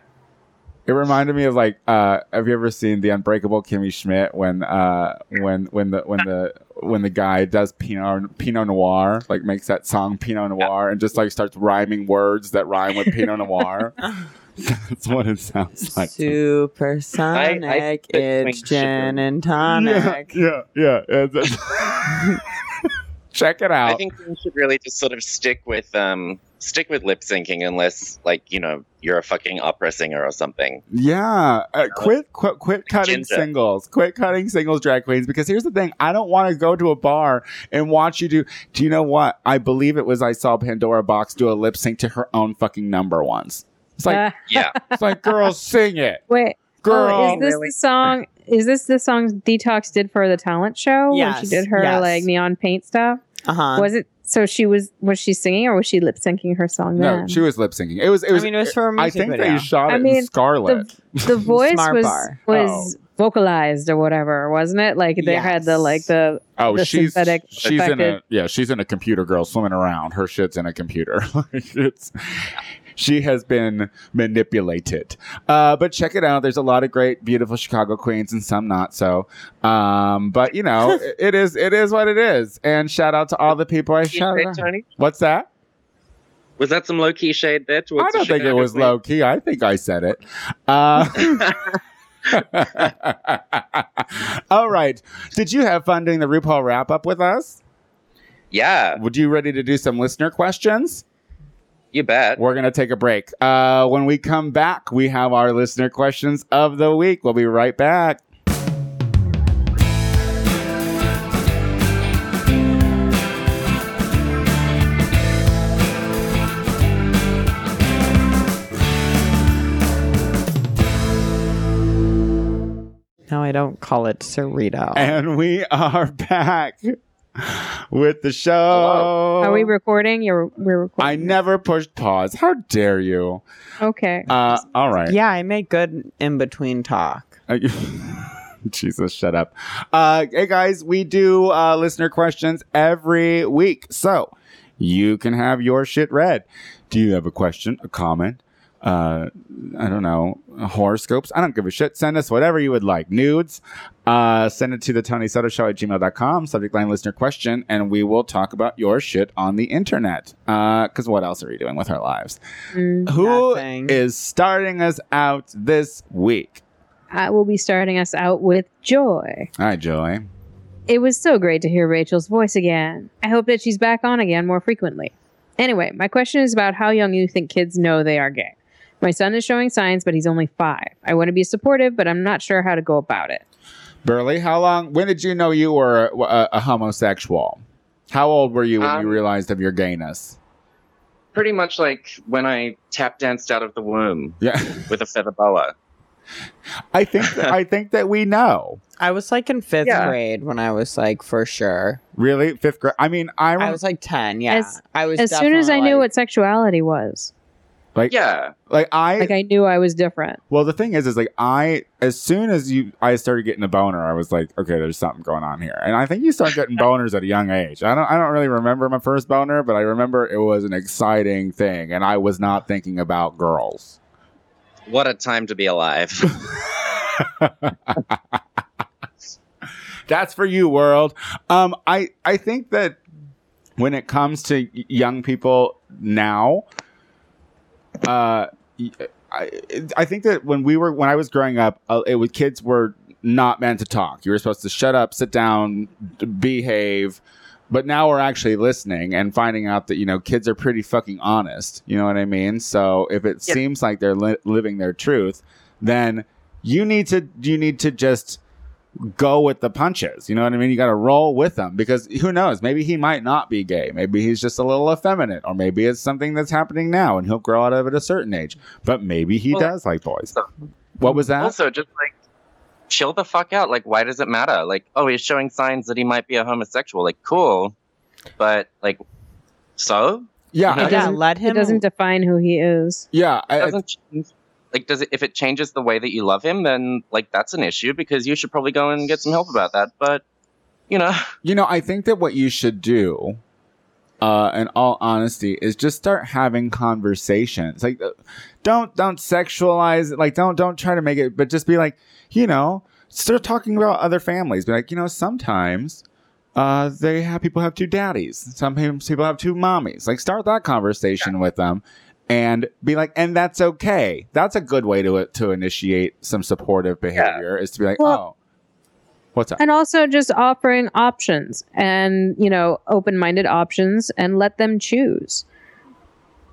S1: it reminded me of like, uh, have you ever seen the Unbreakable Kimmy Schmidt when, uh, when, when the, when the, when the guy does Pinot Pinot Noir, like makes that song Pinot Noir, and just like starts rhyming words that rhyme with Pinot Noir.
S3: Uh-huh.
S1: That's what it sounds like. uh,
S2: Supersonic,
S3: I- I-
S2: it's gin and tonic.
S1: Yeah, yeah, yeah. It's- Check it
S3: I
S1: out.
S3: think we should really just sort of stick with um stick with lip syncing unless like you know you're a fucking opera singer or something.
S1: yeah, uh, quit, quit, quit cutting
S3: Ginger.
S1: singles. Quit cutting singles, drag queens. Because here's the thing: I don't want to go to a bar and watch you do. Do you know what? I believe it was I saw Pandora Box do a lip sync to her own fucking number once. It's like,
S6: Uh,
S3: Yeah.
S1: it's like, girls, sing it.
S6: wait,
S1: girl.
S6: oh, is this
S3: Really?
S6: the song? Is this the song Detox did for the talent show when she
S2: Yes,
S6: did her
S2: yes.
S6: like neon paint stuff?
S2: Uh huh.
S6: was it? So she was was she singing or was she lip syncing her song?
S1: no,
S6: then?
S1: she was lip syncing. It was. It
S2: I
S1: was.
S2: mean, it was for a
S1: I
S2: music
S1: think
S2: video.
S1: they shot it
S6: I
S1: in
S6: mean,
S1: Scarlet.
S6: the voice
S2: Smart
S6: was
S2: bar.
S1: Oh.
S6: was vocalized or whatever, wasn't it? Like they had the like
S2: Yes.
S6: the
S1: oh,
S6: the
S1: she's
S6: synthetic
S1: she's in a
S6: affected-
S1: yeah, she's in a computer girl swimming around. Her shit's in a computer. Like, it's she has been manipulated. Uh, but check it out. There's a lot of great, beautiful Chicago queens and some not so. Um, but you know, it- it is it is what it is. And shout out to all the people I
S3: Shade,
S1: shouted out.
S3: Tony?
S1: What's that?
S3: Was that some low key shade there? Towards
S1: I
S3: the
S1: don't think it
S3: Chicago
S1: was
S3: queen?
S1: low key. I think I said it. Uh, all right. Did you have fun doing the RuPaul wrap up with us?
S3: Yeah,
S1: Would you ready to do some listener questions?
S3: you bet.
S1: We're going to take a break. Uh, when we come back, we have our listener questions of the week. We'll be right back.
S2: No, I don't call it Cerrito.
S1: And we are back with the show.
S3: Hello.
S6: Are we recording? You're we're
S1: I
S6: recording.
S1: never pushed pause. How dare you?
S6: Okay.
S1: Uh, all right.
S2: yeah, I make good in between talk.
S1: Uh, Jesus, shut up. Uh, hey guys, we do uh, listener questions every week, so you can have your shit read. Do you have a question, a comment, uh, I don't know, horoscopes. I don't give a shit. Send us whatever you would like. Nudes. Uh, send it to the Tony Soto Show at gmail.com, subject line listener question, and we will talk about your shit on the internet. Because what else are we doing with our lives?
S6: Mm.
S1: Who is
S2: Nothing.
S1: starting us out this week?
S6: I will be starting us out with joy.
S1: All right, Joey.
S6: It was so great to hear Rachel's voice again. I hope that she's back on again more frequently. Anyway, my question is about how young you think kids know they are gay. My son is showing signs, but he's only five. I want to be supportive, but I'm not sure how to go about it.
S1: Burley, how long, when did you know you were a, a, a homosexual? How old were you when
S3: Um,
S1: you realized of your gayness?
S3: Pretty much like when I tap danced out of the womb
S1: Yeah,
S3: with a feather boa.
S1: I think that, I think that we know.
S2: I was like in fifth
S3: Yeah.
S2: grade when I was like for sure.
S1: Really, fifth grade. I mean, I,
S2: I
S1: rem-
S2: was like ten. Yeah,
S6: As-
S2: I was.
S6: As soon as I
S2: definitely,
S6: knew
S2: like-
S6: what sexuality was,
S1: like,
S3: Yeah.
S1: like I,
S6: like I knew I was different.
S1: Well, the thing is, is like I, as soon as you, I started getting a boner. I was like, okay, there's something going on here. And I think you start getting boners at a young age. I don't, I don't really remember my first boner, but I remember it was an exciting thing, and I was not thinking about girls.
S3: What a time to be alive.
S1: That's for you, world. Um, I, I think that when it comes to y- young people now, uh, y- I, I think that when we were when I was growing up, uh, it was kids were not meant to talk. You were supposed to shut up, sit down, d- behave. But now we're actually listening and finding out that you know kids are pretty fucking honest. You know what I mean? So if it
S3: Yeah.
S1: seems like they're li- living their truth, then you need to you need to just go with the punches. You know what I mean? You got to roll with them because who knows? Maybe he might not be gay. Maybe he's just a little effeminate, or maybe it's something that's happening now and he'll grow out of it a certain age. But maybe he
S3: Well,
S1: does like boys.
S3: so-
S1: What was that?
S3: also, just like chill the fuck out. Like, why does it matter? Like, oh, he's showing signs that he might be a homosexual. Like, cool. But, like, so?
S1: yeah,
S3: Yeah.
S1: I-
S2: yeah,
S6: doesn't-
S2: let him.
S6: It doesn't define who he is.
S1: yeah. I- I-
S3: doesn't change, like does it if it changes the way that you love him then like that's an issue because you should probably go and get some help about that but you know
S1: you know, I think that what you should do, uh, in all honesty, is just start having conversations. Like, uh, don't don't sexualize it. Like, don't don't try to make it, but just be like, you know, start talking about other families. Be like, you know, sometimes. Uh, they have people have two daddies. Sometimes people have two mommies. Like start that conversation with them, and be like, and that's okay. That's a good way to to initiate some supportive behavior. Is to be like, oh,
S6: Well-
S1: what's up?
S6: And also just offering options and, you know, open minded options and let them choose.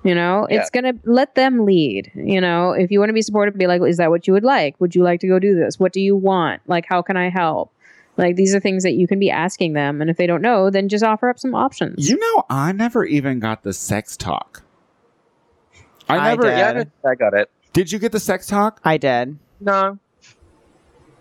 S6: You know,
S3: Yeah.
S6: it's going to let them lead. You know, if you want to be supportive, be like, is that what you would like? Would you like to go do this? What do you want? Like, how can I help? Like, these are things that you can be asking them. And if they don't know, then just offer up some options.
S1: You know, I never even got the sex talk. I
S2: I
S1: never.
S2: did. Yeah.
S3: i got it
S1: Did you get the sex talk?
S2: I did.
S3: no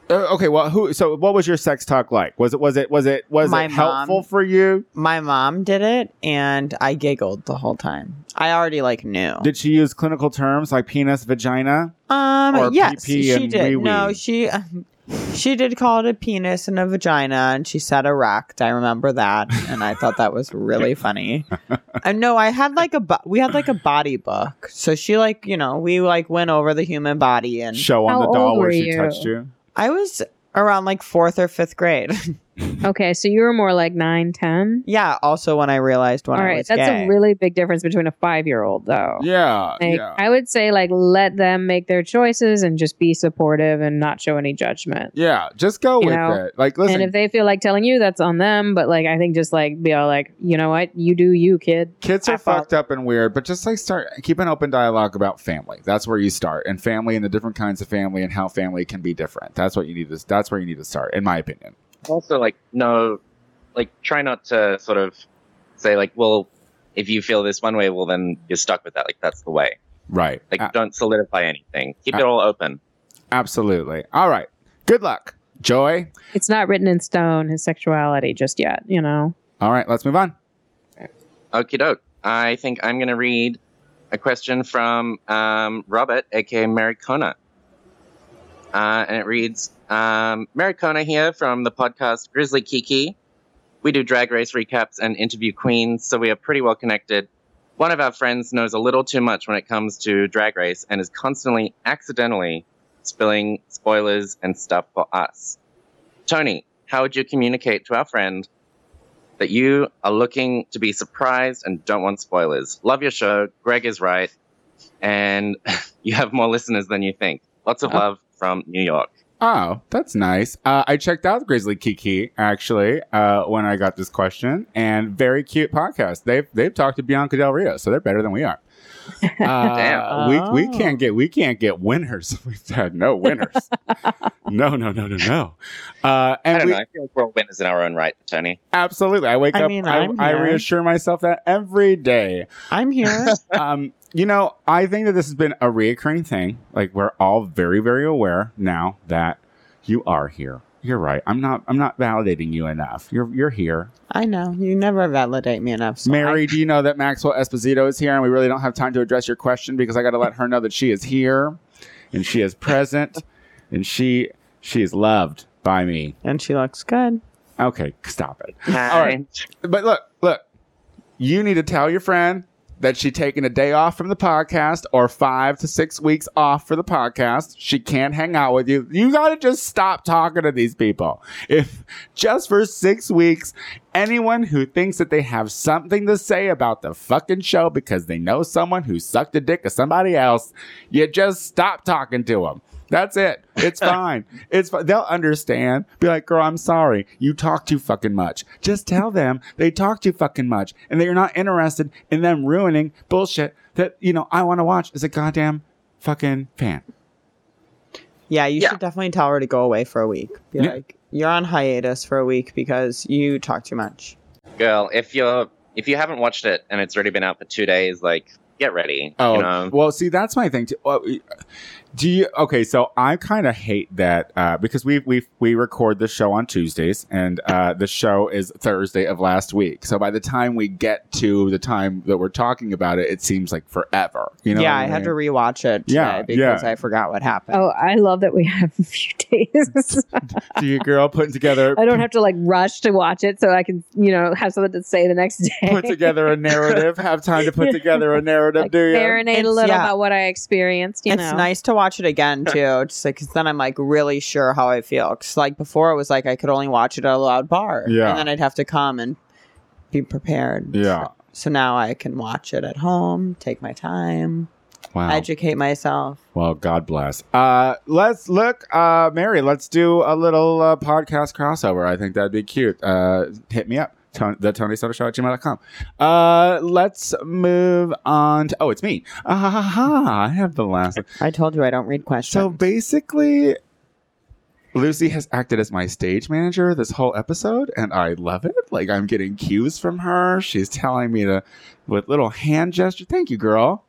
S1: Uh, okay. Well, who? So, what was your sex talk like? Was it? Was it? Was it? Was
S2: My
S1: it helpful
S2: mom.
S1: for you?
S2: My mom did it, and I giggled the whole time. I already like knew.
S1: Did she use clinical terms like penis, vagina?
S2: Um.
S1: Or PP
S2: yes, she
S1: and
S2: did.
S1: wee-wee.
S2: No, she she did call it a penis and a vagina, and she said erect. I remember that, and I thought that was really funny. And no, I had like a bo- we had like a body book, so she like you know we like went over the human body, and
S1: Show on
S6: How
S1: the doll
S6: old
S1: where
S6: were
S1: she
S6: you?
S1: touched you.
S2: I was around like fourth or fifth grade.
S6: Okay. So you were more like nine, 10.
S2: yeah. Also, when I realized when
S6: All
S2: I
S6: right.
S2: was
S6: That's
S2: gay.
S6: a really big difference between a five year old, though.
S1: Yeah.
S6: Oh. Like,
S1: Uh, yeah.
S6: I would say, like, let them make their choices and just be supportive and not show any judgment.
S1: yeah. Just go
S6: You
S1: with
S6: know,
S1: it. Like, listen,
S6: and if they feel like telling you, that's on them. But like, I think just like be all like, you know what, you do you, kid.
S1: kids are
S2: I follow-
S1: fucked up and weird, but just like start keep an open dialogue about family. That's where you start, and family and the different kinds of family and how family can be different. That's what you need to. That's where you need to start, in my opinion.
S3: also like no like try not to sort of say like well if you feel this one way well then you're stuck with that like that's the way
S1: Right. Uh,
S3: like
S1: A-
S3: don't solidify anything keep
S1: Ah.
S3: it all open
S1: Absolutely. All right. Good luck, Joy.
S6: It's not written in stone his sexuality just yet. You know.
S1: All right, let's move on.
S3: Okie doke. I think I'm going to read a question from um, Robert, aka Maricona. Uh, and it reads um, Maricona here from the podcast Grizzly Kiki. We do drag race recaps and interview queens, so we are pretty well connected. one of our friends knows a little too much when it comes to Drag Race and is constantly accidentally spilling spoilers and stuff for us. Tony, how would you communicate to our friend that you are looking to be surprised and don't want spoilers? Love your show. Greg is right. And you have more listeners than you think. Lots
S1: Uh-huh.
S3: of love from New York.
S1: Oh, that's nice. Uh, I checked out Grizzly Kiki actually uh, when I got this question, and very cute podcast. They've they've talked to Bianca Del Rio, so they're better than we are. Uh,
S3: Damn.
S1: we we
S2: Oh.
S1: can't get we can't get winners. We've had no winners. no no no no no. Uh,
S3: I
S1: and
S3: don't
S1: we
S3: know. I feel like we're all winners in our own right, Tony.
S1: absolutely. I wake
S2: I
S1: up.
S2: mean,
S1: I,
S2: I'm
S1: I
S2: here.
S1: reassure myself that every day.
S2: I'm here.
S1: um, you know, I think that this has been a reoccurring thing. Like we're all very, very aware now that you are here. You're right. I'm not. I'm not validating you enough. You're you're here.
S2: I know. You never validate me enough. so
S1: Mary, do you know that Maxwell Esposito is here, and we really don't have time to address your question because I got to let her know that she is here, and she is present, and she she is loved by me.
S2: I- and she looks good.
S1: Okay, stop it. All right. But look, look, you need to tell your friend that she's taking a day off from the podcast or five to six weeks off for the podcast. She can't hang out with you. You got to just stop talking to these people. If just for six weeks, anyone who thinks that they have something to say about the fucking show because they know someone who sucked a dick of somebody else, you just stop talking to them. That's it. It's fine. It's fi- they'll understand. Be like, girl, I'm sorry. You talk too fucking much. Just tell them they talk too fucking much, and that you're not interested in them ruining bullshit that you know I want to watch as a goddamn fucking fan.
S2: Yeah, you
S3: Yeah.
S2: should definitely tell her to go away for a week. Be
S1: Yeah.
S2: like, you're on hiatus for a week because you talk too much.
S3: Girl, if you're if you haven't watched it and it's already been out for two days, like get ready.
S1: Oh,
S3: you know?
S1: well, see, that's my thing. Too. Uh, Do you? Okay, so I kind of hate that uh, because we we we record the show on Tuesdays, and uh, the show is Thursday of last week. So by the time we get to the time that we're talking about it, it seems like forever. You know?
S2: yeah,
S1: what
S2: I, had
S1: mean?
S2: to rewatch it today
S1: Yeah,
S2: because
S1: yeah.
S2: I forgot what happened.
S6: Oh, I love that we have a few days.
S1: to your girl putting together
S6: I don't have to like rush to watch it so I can, you know, have something to say the next day.
S1: put together a narrative have time to put together a narrative
S6: like,
S1: do you
S6: marinate
S2: It's-
S6: a little
S2: yeah.
S6: about what I experienced, you
S2: it's
S6: know.
S2: nice to watch it again too, just like 'cause then I'm like really sure how I feel. Cause like before, it was like I could only watch it at a loud bar,
S1: Yeah.
S2: and then I'd have to come and be prepared.
S1: yeah
S2: So, so now I can watch it at home, take my time,
S1: wow
S2: educate myself.
S1: well god bless uh let's look uh mary let's do a little uh, podcast crossover i think that'd be cute uh hit me up Ton- the tony soto show at gmail.com uh let's move on to oh it's me ah, ha, ha, ha. i have the last
S2: I told you I don't read questions.
S1: So basically, Lucy has acted as my stage manager this whole episode, and I love it. Like I'm getting cues from her. She's telling me to with little hand gesture. Thank you, girl.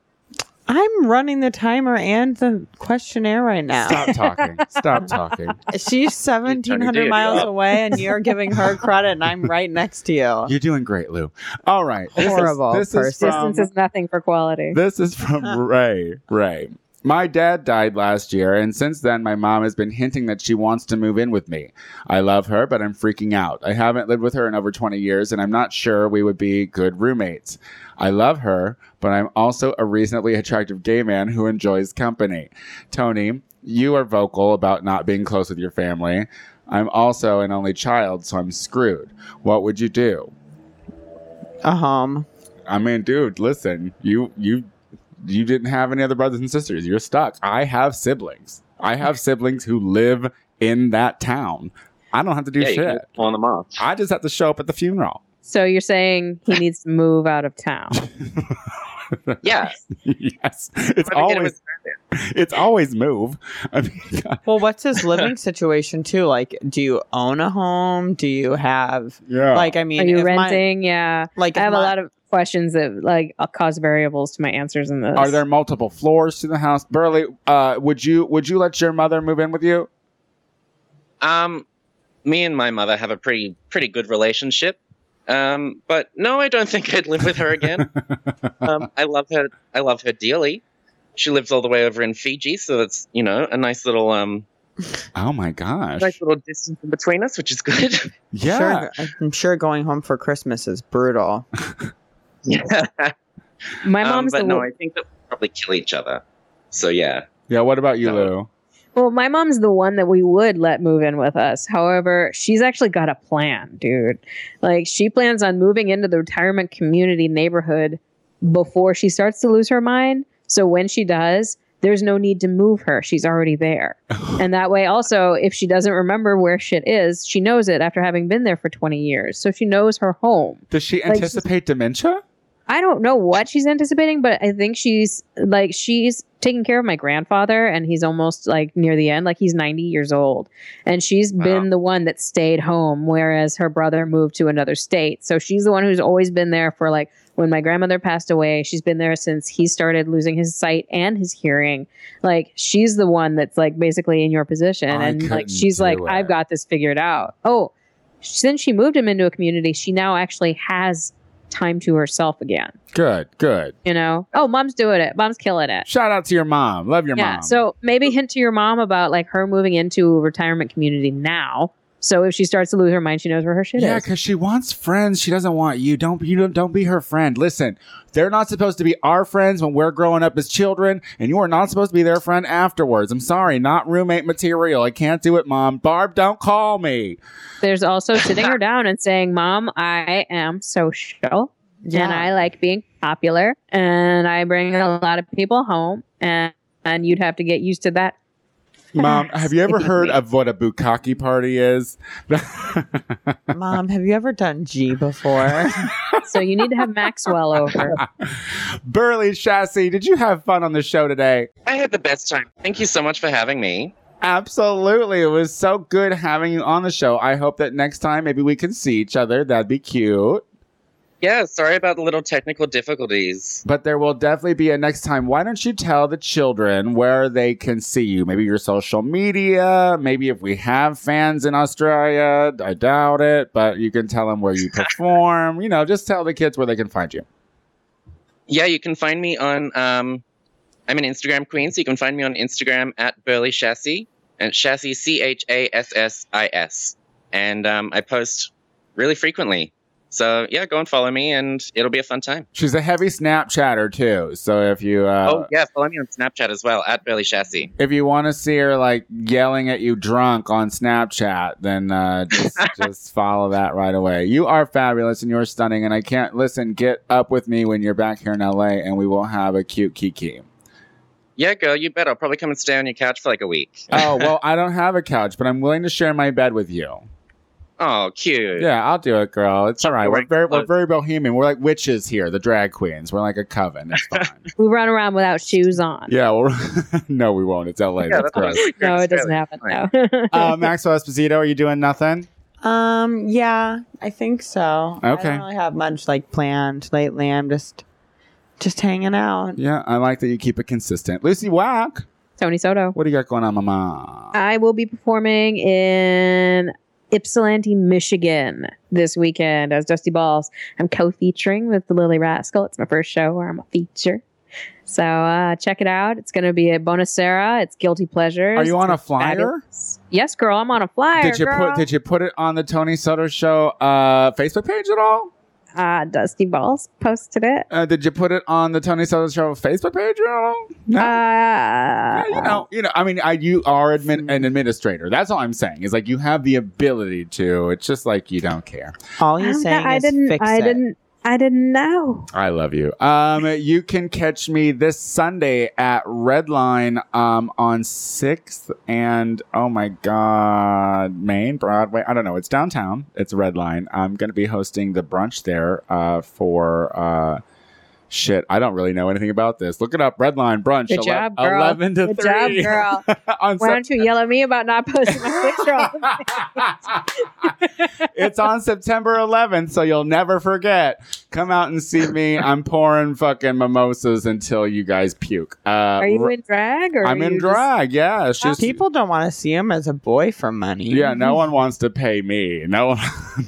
S2: I'm running the timer and the questionnaire right now.
S1: Stop talking. Stop talking.
S2: She's
S3: You turn
S2: 1,700
S3: your
S2: miles
S3: deity up.
S2: away, and you're giving her credit, and I'm right next to you.
S1: You're doing great, Lou. All right. This is-
S2: Horrible
S1: This is,
S2: person.
S1: from-
S6: Distance is nothing for quality.
S1: This is from Ray. Ray. My dad died last year, and since then, my mom has been hinting that she wants to move in with me. I love her, but I'm freaking out. I haven't lived with her in over 20 years, and I'm not sure we would be good roommates. I love her, but I'm also a reasonably attractive gay man who enjoys company. Tony, you are vocal about not being close with your family. I'm also an only child, so I'm screwed. What would you do?
S2: A home.
S1: I mean, dude, listen, you you you didn't have any other brothers and sisters. You're stuck. I have siblings. I have siblings who live in that town. I don't have to do
S3: yeah, you can
S1: shit.
S3: just pawn them off.
S1: I just have to show up at the funeral.
S6: So you're saying he needs to move out of town.
S3: Yeah.
S1: yes, it's
S3: What if I get it
S1: always
S3: with-
S1: it's always move. I mean,
S2: Well, what's his living situation too? Like, do you own a home? Do you have
S1: yeah,
S2: like? I mean,
S6: Are you
S2: if my-
S6: renting? yeah.
S2: like,
S6: I
S2: if
S6: have a
S2: my-
S6: lot of questions that like uh, cause variables to my answers in this.
S1: Are there multiple floors to the house, Burley? Uh, would you would you let your mother move in with you?
S3: Um, me and my mother have a pretty pretty good relationship. Um, but no, I don't think I'd live with her again. um, I love her. I love her dearly. She lives all the way over in Fiji, so that's you know a nice little um
S1: Oh my gosh!
S3: nice little distance in between us, which is good.
S1: yeah,
S2: Sure, I'm sure going home for Christmas is brutal.
S3: yeah.
S6: My
S3: Um,
S6: mom's
S3: but
S6: the
S3: no,
S6: one-
S3: I think they'll probably kill each other. So yeah,
S1: Yeah, what about you,
S3: No.
S1: Lou?
S6: well, my mom's the one that we would let move in with us. However, she's actually got a plan, dude. Like she plans on moving into the retirement community neighborhood before she starts to lose her mind. So when she does, there's no need to move her. She's already there. and that way also, if she doesn't remember where shit is, she knows it after having been there for 20 years. So she knows her home.
S1: Does she
S6: Like,
S1: anticipate dementia?
S6: I don't know what she's anticipating, but I think she's like she's taking care of my grandfather and he's almost like near the end, like he's 90 years old. And she's
S3: Wow.
S6: been the one that stayed home whereas her brother moved to another state. So she's the one who's always been there for like when my grandmother passed away, she's been there since he started losing his sight and his hearing. Like she's the one that's like basically in your position
S1: I
S6: and like
S1: couldn't
S6: she's like
S1: do
S6: I've
S1: it.
S6: got this figured out. Oh, since she moved him into a community, she now actually has time to herself again
S1: Good, good.
S6: you know oh mom's doing it mom's killing it
S1: Shout out to your mom. Love your
S6: yeah
S1: mom.
S6: so maybe hint to your mom about like her moving into a retirement community now so if she starts to lose her mind she knows where her shit
S1: yeah,
S6: is
S1: because she wants friends. She doesn't want you. Don't you don't, don't be her friend. Listen, they're not supposed to be our friends when we're growing up as children, and you are not supposed to be their friend afterwards. I'm sorry, not roommate material. I can't do it, mom. Barb, don't call me.
S6: there's also sitting her down and saying mom i am social and i like being popular and i bring a lot of people home and and you'd have to get used to that
S1: Mom, have you ever heard of what a bukkake party is?
S2: Mom, have you ever done G before?
S6: so you need to have maxwell over
S1: Burley Chassis, did you have fun on the show today?
S3: I had the best time. Thank you so much for having me.
S1: Absolutely. It was so good having you on the show. I hope that next time maybe we can see each other. That'd be cute.
S3: Yeah, sorry about the little technical difficulties.
S1: But there will definitely be a next time. Why don't you tell the children where they can see you? Maybe your social media, maybe if we have fans in Australia. I doubt it, but you can tell them where you perform. you know, just tell the kids where they can find you.
S3: Yeah, you can find me on. Um, I'm an Instagram queen, so you can find me on Instagram at Burly Chassis and Chassis C H A S S I S. And um, I post really frequently. So yeah, go and follow me, and it'll be a fun time.
S1: She's a heavy Snapchatter too. So if you uh,
S3: oh yeah, follow me on Snapchat as well at Burly Chassis.
S1: if you want to see her like yelling at you drunk on Snapchat, then uh, just, just follow that right away. You are fabulous and you're stunning. And I can't listen. Get up with me when you're back here in LA, and we will have a cute kiki.
S3: Yeah, girl, you bet. I'll probably come and stay on your couch for like a week.
S1: Oh well, I don't have a couch, but I'm willing to share my bed with you.
S3: Oh, cute.
S1: Yeah, I'll do it, girl. It's all right. We're very we're
S3: Clothes.
S1: very bohemian. We're like witches here, the drag queens. We're like a coven. It's fine.
S6: we run around without shoes on
S1: yeah. Well, no, we won't. It's LA. that's
S3: what I
S1: gross.
S3: was thinking.
S6: no it
S3: It's
S6: doesn't
S3: really-
S6: happen no
S1: Uh, Maxwell Esposito, are you doing nothing?
S2: um, yeah, I think so. I
S1: Okay.
S2: don't really have much like planned lately. I'm just just hanging out.
S1: Yeah, I like that you keep it consistent. Lucy Wack.
S6: tony soto
S1: What do you got going on, Mama?
S6: I will be performing in Ypsilanti, Michigan this weekend as Dusty Balls. I'm co-featuring with the Lily Rascal. It's my first show where I'm a feature. So uh, check it out. It's going to be at Bonacera. It's Guilty Pleasures.
S1: Are you on a flyer?
S6: Fabulous. Yes, girl. I'm on a flyer.
S1: Did you put Did you put it on the Tony Sutter Show uh, Facebook page at all?
S6: uh, Dusty Balls posted it?
S1: Uh, did you put it on the Tony Sutter Show Facebook page at all? No. Yeah,
S6: Uh,
S1: you know, you know. I mean, I, you are admin, an administrator. That's all I'm saying. Is like you have the ability to. It's just like you don't care.
S2: All
S6: I'm
S2: you
S6: not-
S2: saying
S6: I
S2: is
S6: didn't.
S2: fix
S6: I
S2: it.
S6: didn't. I didn't know.
S1: I love you. Um, you can catch me this Sunday at Redline um, on Sixth and oh my God, Main Broadway. I don't know. It's downtown. It's Redline. I'm going to be hosting the brunch there uh, for. Uh, Shit, I don't really know anything about this. Look it up. Redline brunch.
S6: Good
S1: ele-
S6: job, girl.
S1: Eleven to
S6: Good job,
S1: three.
S6: girl.
S1: on
S6: Why don't you yell at me about not posting my picture? on the
S1: it's on September 11th, so you'll never forget. Come out and see me. I'm pouring fucking mimosas until you guys puke. Uh,
S6: Are you in drag? Or
S1: I'm
S6: are
S1: in
S6: you just-
S1: drag. Yeah, it's just
S2: People don't want to see him as a boy for money.
S1: Yeah, no one wants to pay me. No one.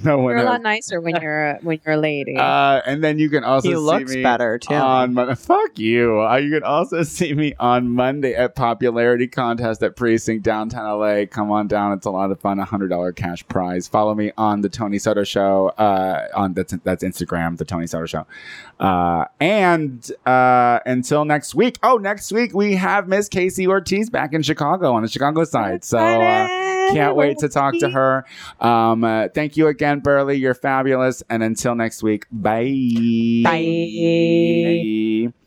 S1: No one.
S6: You're a
S1: has-
S6: lot nicer when you're a, when you're a lady.
S1: Uh, and then you can also
S2: he
S1: see
S2: looks
S1: me
S2: better too.
S1: On Mon- fuck you. Uh, you can also see me on Monday at popularity contest at Precinct Downtown LA. Come on down; it's a lot of fun. A hundred dollar cash prize. Follow me on the Tony Soto Show. Uh, on that's that's Instagram, the Tony Soto Show. Uh, and uh, until next week. Oh, next week we have Miss Casey Ortiz back in Chicago on the Chicago side. So uh, can't wait to talk to her. Um, uh, thank you again, Burley. You're fabulous. And until next week, bye.
S2: Bye.
S1: Bye.